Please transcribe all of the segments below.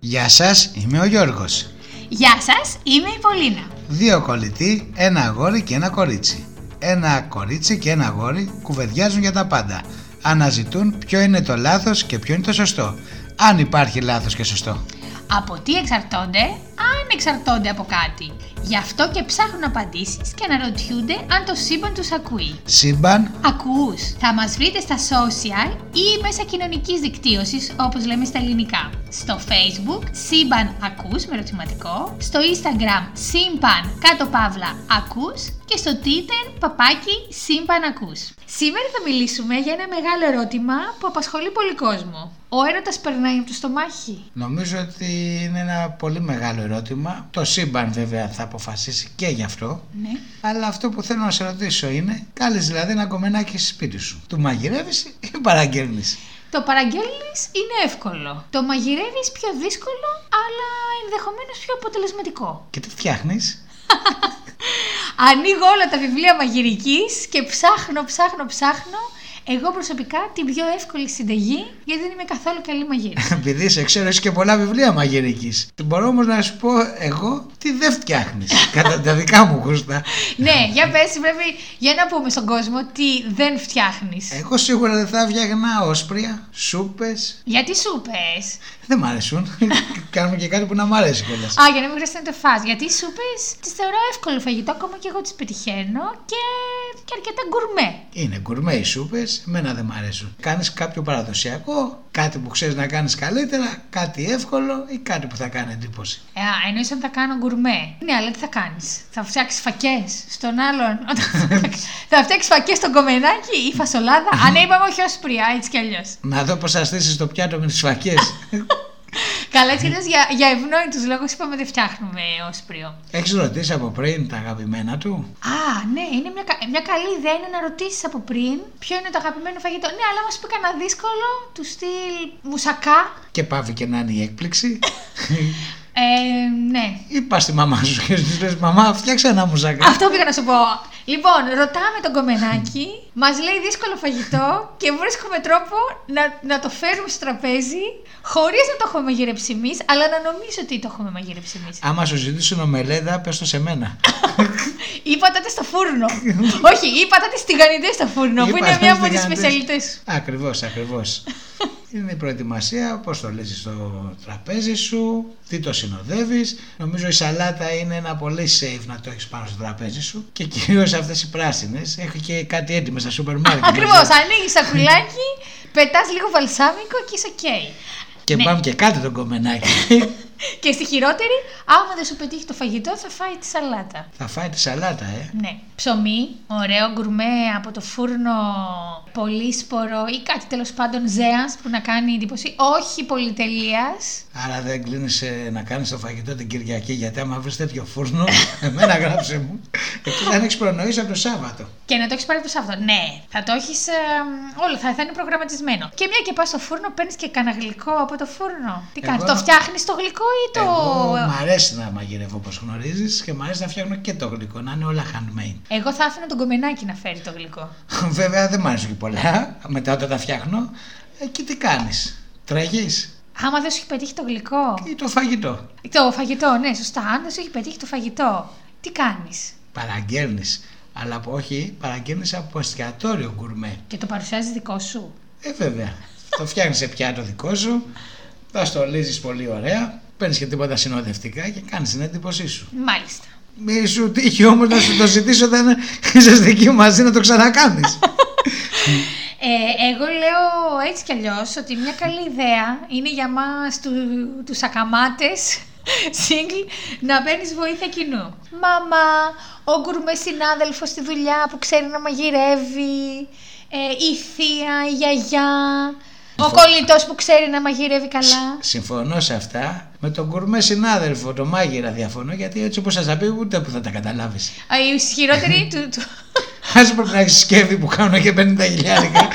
Γεια σας, είμαι ο Γιώργος. Γεια σας, είμαι η Πολίνα. Δύο κολλητοί, ένα αγόρι και ένα κορίτσι. Ένα κορίτσι και ένα αγόρι κουβεντιάζουν για τα πάντα. Αναζητούν ποιο είναι το λάθος και ποιο είναι το σωστό. Αν υπάρχει λάθος και σωστό. Από τι εξαρτώνται, αν εξαρτώνται από κάτι. Γι' αυτό και ψάχνουν απαντήσεις και αναρωτιούνται αν το σύμπαν τους ακούει. Σύμπαν, Ακούς, θα μας βρείτε στα social ή μέσα κοινωνικής δικτύωσης όπως λέμε στα ελληνικά. Στο facebook σύμπαν ακούς με ερωτηματικό, στο instagram σύμπαν κάτω παύλα ακούς και στο twitter παπάκι σύμπαν ακούς. Σήμερα θα μιλήσουμε για ένα μεγάλο ερώτημα που απασχολεί πολύ κόσμο. Ο έρωτας περνάει από το στομάχι. νομίζω ότι είναι ένα πολύ μεγάλο ερώτημα. Το σύμπαν βέβαια θα αποφασίσει και γι' αυτό. Ναι. Αλλά αυτό που θέλω να σε ρωτήσω είναι, κάλεις δηλαδή ένα κομμενάκι στη σπίτι σου. Του μαγειρεύεις ή παραγγέλνεις. Το παραγγέλνεις είναι εύκολο. Το μαγειρεύεις πιο δύσκολο, αλλά ενδεχομένως πιο αποτελεσματικό. Και τι φτιάχνεις. Ανοίγω όλα τα βιβλία μαγειρικής και ψάχνω, ψάχνω, ψάχνω. Εγώ προσωπικά την πιο εύκολη συνταγή, γιατί δεν είμαι καθόλου καλή μαγείρα. Επειδή σε ξέρω, έχεις και πολλά βιβλία μαγειρικής. Μπορώ όμως να σου πω εγώ τι δεν φτιάχνεις. Κατά τα δικά μου γούστα. ναι, για πες πρέπει για να πούμε στον κόσμο τι δεν φτιάχνεις. Εγώ σίγουρα δεν θα φτιάχνα όσπρια, σούπες. Γιατί σούπες. Δεν μ' αρέσουν. Κάνουμε και κάτι που να μ' αρέσει κιόλας. Α, για να μην χρειάζεται να το φας. Γιατί σούπες τις θεωρώ εύκολο φαγητό, ακόμα και εγώ τις πετυχαίνω και, και αρκετά γκουρμέ. Είναι γκουρμέ οι σούπες, εμένα δεν μ' αρέσουν. Κάνεις κάποιο παραδοσιακό, κάτι που ξέρεις να κάνεις καλύτερα, κάτι εύκολο ή κάτι που θα κάνει εντύπωση. Ε, α, εννοείς αν θα κάνω γκουρμέ. Ναι, αλλά τι θα κάνεις. Θα φτιάξεις φακές στον άλλον. όταν θα φτιάξεις- θα φτιάξεις φακές στον κομμενάκι ή φασολάδα. Α, ναι, είπαμε όχι όσπρια, έτσι κι αλλιώς. Να δω πώς θα στήσεις το πιάτο με τις φακές. Καλά, έτσι κι αλλιώς για, για ευνόητους λόγους είπαμε δεν φτιάχνουμε όσπριο. έχεις ρωτήσει από πριν τα αγαπημένα του. Α, ναι, είναι μια, κα- μια καλή ιδέα είναι να ρωτήσεις από πριν ποιο είναι το αγαπημένο φαγητό. Ναι, αλλά μα πει κανένα δύσκολο του στυλ μουσακά. Και πάβει και να είναι η έκπληξη. Ε, ναι. Ή πα στη μαμά σου και σου λες: Μαμά, φτιάξε ένα μουζάκι. Αυτό πήγα να σου πω. Λοιπόν, ρωτάμε τον κομμενάκι, μας λέει δύσκολο φαγητό και βρίσκουμε τρόπο να, να το φέρουμε στο τραπέζι χωρίς να το έχουμε μαγειρέψει εμεί, αλλά να νομίζει ότι το έχουμε μαγειρέψει εμεί. Άμα σου ζητήσουν ομελέδα, πες το σε μένα. Ή πατάτε στο φούρνο. Όχι, ή πατάτε τηγανιτέ στο φούρνο, που είναι μία από τις σπεσιαλιτέ σου. Ακριβώς, ακριβώς. Είναι η προετοιμασία, πώς το λύσει στο τραπέζι σου, τι το συνοδεύεις. Νομίζω η σαλάτα είναι ένα πολύ safe να το έχεις πάνω στο τραπέζι σου. Και κυρίως αυτές οι πράσινες. Έχω και κάτι έτοιμο στα σούπερ μάρκετ. Δηλαδή, Ακριβώ. μαζί. Ανοίγει σακουλάκι, πετάς λίγο βαλσάμικο και είσαι οκ. Και ναι. πάμε και κάτι τον κομμενάκι. Και στη χειρότερη, άμα δεν σου πετύχει το φαγητό, θα φάει τη σαλάτα. Θα φάει τη σαλάτα, ε. Ναι. Ψωμί, ωραίο γκουρμέ από το φούρνο, πολύσπορο ή κάτι τέλος πάντων ζέας που να κάνει εντύπωση. Όχι πολυτελείας. Άρα δεν κλείνεις να κάνεις το φαγητό την Κυριακή, γιατί άμα βρεις τέτοιο φούρνο, εμένα γράψε μου. Εκεί θα έχεις προνοήσει από το Σάββατο. Και να το έχεις πάρει από το Σάββατο. Ναι, θα το έχεις. όλο θα, θα είναι προγραμματισμένο. Και μια και πας στο φούρνο, παίρνεις και κανένα γλυκό από το φούρνο. Τι Εγώ- κάνει, το φτιάχνεις το γλυκό ή το. Εγώ μ' αρέσει να μαγειρεύω όπως γνωρίζεις και μ' αρέσει να φτιάχνω και το γλυκό, να είναι όλα handmade. Εγώ θα άφηνα τον κομμενάκι να φέρει το γλυκό. Βέβαια δεν μ' αρέσουν και πολλά. Μετά όταν τα φτιάχνω, εκεί τι κάνεις. Τρέχεις Άμα δεν σου έχει πετύχει το γλυκό. ή το φαγητό. Το φαγητό, ναι, σωστά. Αν δεν σου έχει πετύχει το φαγητό, τι κάνεις. Παραγγέλνεις. Αλλά από- όχι, παραγγέλνεις από εστιατόριο γκουρμέ. Και το παρουσιάζεις δικό σου. Ε, βέβαια. το φτιάχνεις σε πιάτο δικό σου, τα στολίζεις πολύ ωραία, παίρνεις και τίποτα συνοδευτικά και κάνεις την εντύπωσή σου. Μάλιστα. Μη σου τύχει όμως να σου το ζητήσω όταν είσαι στη δική μαζί να το ξανακάνεις. Ε, εγώ λέω έτσι κι αλλιώς ότι μια καλή ιδέα είναι για μας του τους ακαμάτες single να παίρνεις βοήθεια κοινού. Μαμά, ο γκουρμές συνάδελφος στη δουλειά που ξέρει να μαγειρεύει, ε, η θεία, η γιαγιά, ο κολλητός που ξέρει να μαγειρεύει καλά. Συμφωνώ σε αυτά. Με τον κουρμέ συνάδελφο, τον μάγειρα διαφωνώ, γιατί έτσι όπως θα τα πει, ούτε που θα τα καταλάβεις. Α, Η ισχυρότερη του, του, Ας πρέπει να έχεις σκεύη που κάνουν και 50 χιλιάρικα.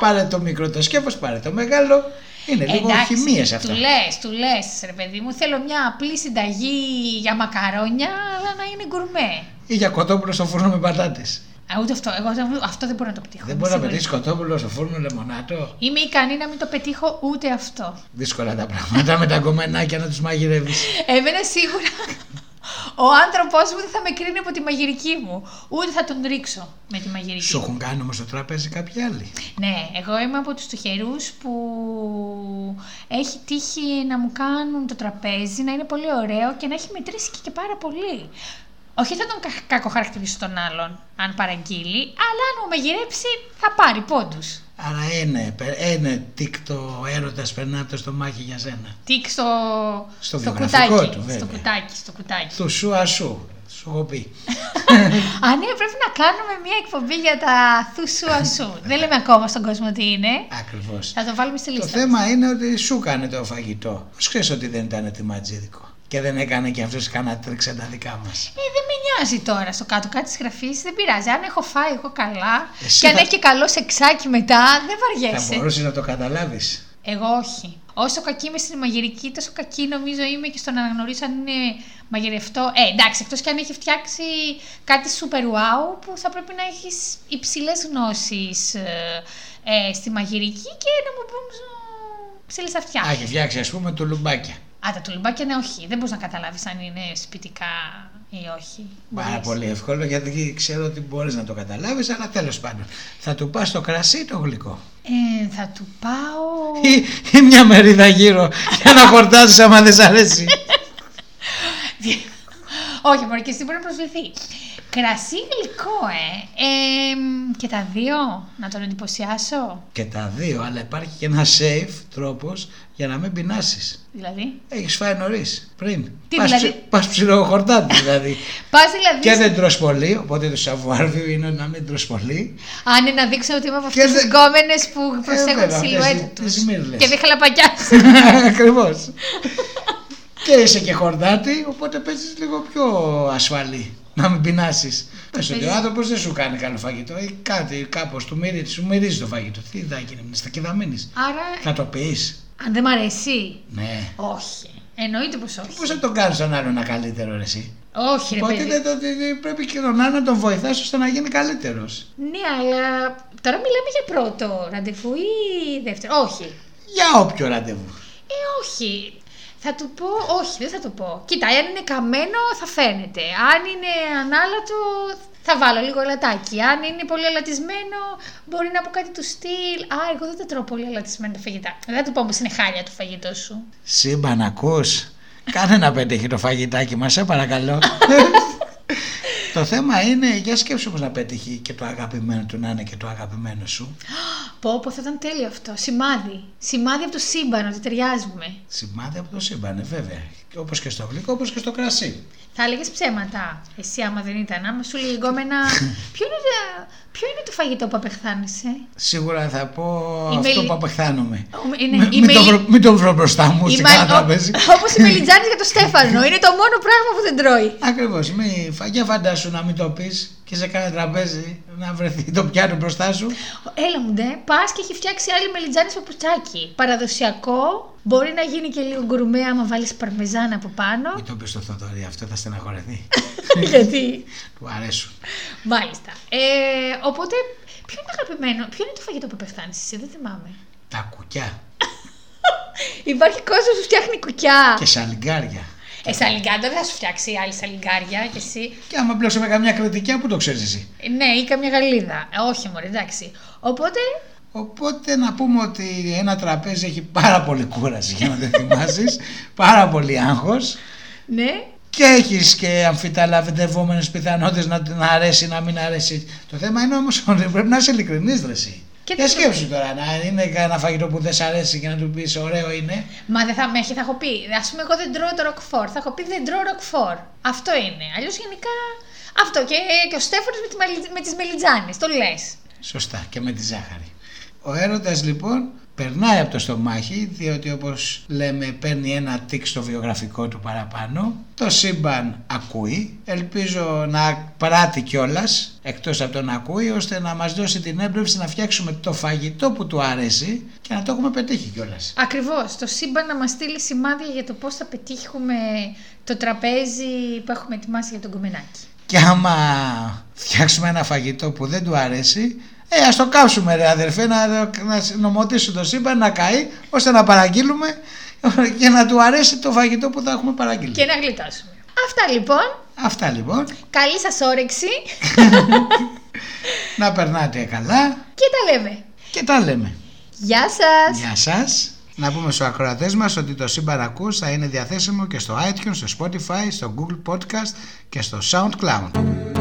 πάρε το μικρό το σκεύος, πάρε το μεγάλο. Είναι Ε, λίγο χημίε του αυτό. λες, του λες, ρε παιδί μου. Θέλω μια απλή συνταγή για μακαρόνια, αλλά να είναι γκουρμέ. Ή για κοτόπουλο στο φούρνο με πατάτες. Α, ούτε αυτό. Εγώ δεν- αυτό δεν μπορώ να το πετύχω. Δεν Είμαι μπορεί να σίγουρη. πετύχεις κοτόπουλο στο φούρνο λεμονάτο. Είμαι ικανή να μην το πετύχω ούτε αυτό. Δύσκολα τα πράγματα με τα κομμενάκια να τους μαγειρεύεις. Εμένα σίγουρα ο άνθρωπός μου δεν θα με κρίνει από τη μαγειρική μου. Ούτε θα τον ρίξω με τη μαγειρική. Σου έχουν κάνει όμως το τραπέζι κάποιοι άλλοι. Ναι, εγώ είμαι από τους τυχερούς που έχει τύχει να μου κάνουν το τραπέζι, να είναι πολύ ωραίο και να έχει μετρήσει και, και πάρα πολύ. Όχι θα τον κα- κακοχαρακτηρίσω τον άλλον, αν παραγγείλει, αλλά αν μου μαγειρέψει θα πάρει πόντους. Άρα ένα, πε- ένα τίκτο έρωτας περνά από το στομάχι για σένα. Τίκ στο, Στο κουτάκι, βιογραφικό του, βέβαια. στο κουτάκι, στο κουτάκι. Του σου ασού. Σου έχω πει. Α, ναι, πρέπει να κάνουμε μια εκπομπή για τα θουσού ασού. Δεν λέμε ακόμα στον κόσμο τι είναι. Ακριβώς. Θα το βάλουμε στη Το λίστα. θέμα είναι ότι σου κάνει το φαγητό. Πώ ξέρεις ότι δεν ήταν ετοιματζίδικο. Και δεν έκανε και αυτός κανένα τρίξα τα δικά μας. Ε, δεν με νοιάζει τώρα στο κάτω κάτι της γραφής, δεν πειράζει. Αν έχω φάει εγώ καλά Εσύ και αν θα- έχει και καλό σεξάκι μετά, δεν Θα βαριέσαι. μπορούσες να το καταλάβεις. Εγώ όχι. Όσο κακή είμαι στην μαγειρική, τόσο κακή νομίζω είμαι και στο να αναγνωρίσω αν είναι μαγειρευτό. Ε, εντάξει, εκτός και αν έχει φτιάξει κάτι super wow που θα πρέπει να έχεις υψηλές γνώσεις ε, στη μαγειρική και να μου πούν ψηλέ αυτιά. Έχει φτιάξει, ας πούμε, τουλουμπάκια. Α, τα τουλουμπάκια ναι, όχι. Δεν μπορείς να καταλάβεις αν είναι σπιτικά ή όχι. Πάρα Μπορείς. πολύ εύκολο γιατί ξέρω ότι μπορείς να το καταλάβεις, αλλά τέλος πάντων. Θα του πας το κρασί ή το γλυκό. Ε, θα του πάω. Ή, ή μια μερίδα γύρω για να χορτάσει άμα δεν σ' αρέσει. Όχι, μωρέ, και εσύ μπορεί να προσβληθεί. Κρασί γλυκό, ε. ε. μ, Και τα δύο, να τον εντυπωσιάσω. και τα δύο, αλλά υπάρχει και ένα safe τρόπος για να μην πεινάσεις. Δηλαδή. Έχεις φάει νωρίς πριν. Τι πας, δηλαδή? ψι- Πας ψηλό χορτάτη δηλαδή. Πας δηλαδή. και δεν τρως πολύ, οπότε το σαβουάρβιο είναι να μην τρως πολύ. Αν είναι να δείξω ότι είμαι από Και αυτέ τι δεν- Ε, γκόμενες που προσέχουν βέβαια, τη αυτές σιλουέτα οι- τους. τις μύρλες. Και δεν χαλαπακιάζω. Ακριβώς. και είσαι και χορτάτη, οπότε παίζεις λίγο πιο ασφαλή. Να μην πεινάσεις. Πες ότι ο Παίζεις- άνθρωπος δεν σου κάνει καλό φαγητό ή κάτι, κάπως του μυρίζει, σου μυρίζει το φαγητό. Τι θα γίνει, μείνεις, θα και θα μείνει. Άρα, Θα το πεις. αν δεν μ' αρέσει. Ναι. Όχι. Εννοείται πως όχι. Πώς θα τον κάνεις τον άλλον να καλύτερο, ρε, εσύ. Όχι, ρε Οπότε παιδί. δεν το- δε- δε- πρέπει και τον άλλο να τον βοηθάς ώστε να γίνει καλύτερος. Ναι, αλλά τώρα μιλάμε για πρώτο ραντεβού ή δεύτερο. Όχι. Για όποιο ραντεβού. Ε, όχι. Θα του πω, όχι, δεν θα του πω. Κοίτα, αν είναι καμένο θα φαίνεται. Αν είναι ανάλατο θα βάλω λίγο αλατάκι. Αν είναι πολύ αλατισμένο μπορεί να πω κάτι του στυλ. Α, εγώ δεν τα τρώω πολύ αλατισμένα τα φαγητά. Δεν θα του πω όμως είναι χάλια το φαγητό σου. Σύμπαν, ακούς. Κάνε να πετύχει το φαγητάκι μας, σε παρακαλώ. το θέμα είναι, για σκέψου πως να πετύχει και το αγαπημένο του να είναι και το αγαπημένο σου. Πω, πω, θα ήταν τέλειο αυτό. Σημάδι. Σημάδι από το σύμπαν ότι ταιριάζουμε. Σημάδι από το σύμπαν, ε, βέβαια. Όπως και στο γλυκό, όπως και στο κρασί. Θα έλεγες ψέματα. Εσύ, άμα δεν ήταν, άμα σου λέει γκόμενα. ποιο, είναι, τα- ποιο είναι το φαγητό που απεχθάνεσαι. Σίγουρα θα πω Η αυτό μελι- που απεχθάνομαι. Ο- Είναι, Μη- η Μην, το μελι- βρω- μην το βρω μπροστά μου στην Όπω κατάπεση. η Μελιτζάνης για το Στέφανο. Είναι το μόνο πράγμα που δεν τρώει. Ακριβώς, μη, φα- για φαντάσου να μην το πεις και σε κάνα τραπέζι να βρεθεί το πιάτο μπροστά σου. Έλα μου ντε, πας και έχει φτιάξει άλλη Μελιτζάνης παπουτσάκι. Παραδοσιακό. Μπορεί να γίνει και λίγο γκουρμέ άμα βάλεις παρμεζάνα από πάνω. Μην το πεις στο Θοδωρή, αυτό θα στεναχωρεθεί. Γιατί. του αρέσουν. Μάλιστα. Ε, οπότε, ποιο είναι το αγαπημένο, ποιο είναι το φαγητό που πεθάνεις εσύ, δεν θυμάμαι. Τα κουκιά. Υπάρχει κόσμος που φτιάχνει κουκιά. και σαλιγκάρια. Ε, σαλιγκάντα δεν θα σου φτιάξει άλλη σαλιγκάρια κι εσύ. Και άμα πλέξουμε καμιά κριτική, πού το ξέρεις εσύ. Ε, Ναι, ή καμιά γαλίδα. Ε, όχι, μωρέ, εντάξει. Οπότε, Οπότε να πούμε ότι ένα τραπέζι έχει πάρα πολύ κούραση για να το ετοιμάσει, πάρα πολύ άγχος ναι, και έχεις και αμφιταλαβεντευόμενες πιθανότητες να, να αρέσει να μην αρέσει. Το θέμα είναι όμως ότι πρέπει να είσαι ειλικρινής δρεση. Και Για τι- σκέψου τώρα, να είναι ένα φαγητό που δεν σ' αρέσει και να του πεις ωραίο είναι. Μα δεν θα με έχει, θα έχω πει. Ας πούμε, εγώ δεν τρώω το ροκφόρ. Θα έχω πει δεν τρώω ροκφόρ. Αυτό είναι. Αλλιώς γενικά. Αυτό. Και, και ο Στέφανος με, τη μελι- με τις μελιτζάνες. Το λες. Σωστά, και με τη ζάχαρη. Ο έρωτας λοιπόν περνάει από το στομάχι, διότι όπως λέμε παίρνει ένα τικ στο βιογραφικό του παραπάνω. Το σύμπαν ακούει, ελπίζω να πράττει κιόλας, εκτός από τον ακούει, ώστε να μας δώσει την έμπνευση να φτιάξουμε το φαγητό που του αρέσει και να το έχουμε πετύχει κιόλας. Ακριβώς. Το σύμπαν να μας στείλει σημάδια για το πώς θα πετύχουμε το τραπέζι που έχουμε ετοιμάσει για τον κομμενάκι. Και άμα φτιάξουμε ένα φαγητό που δεν του αρέσει, ε, ας το κάψουμε ρε αδερφέ, να, να νομοτήσουν το σύμπαν, να καεί, ώστε να παραγγείλουμε και να του αρέσει το φαγητό που θα έχουμε παραγγείλει. Και να γλιτώσουμε. Αυτά λοιπόν. Αυτά λοιπόν. Καλή σας όρεξη να περνάτε καλά και τα λέμε. και τα λέμε. Γεια σας. Γεια σας. Να πούμε στους ακροατές μας ότι το Σύμπαν Ακούς θα είναι διαθέσιμο και στο iTunes, στο Spotify, στο Google Podcast και στο SoundCloud.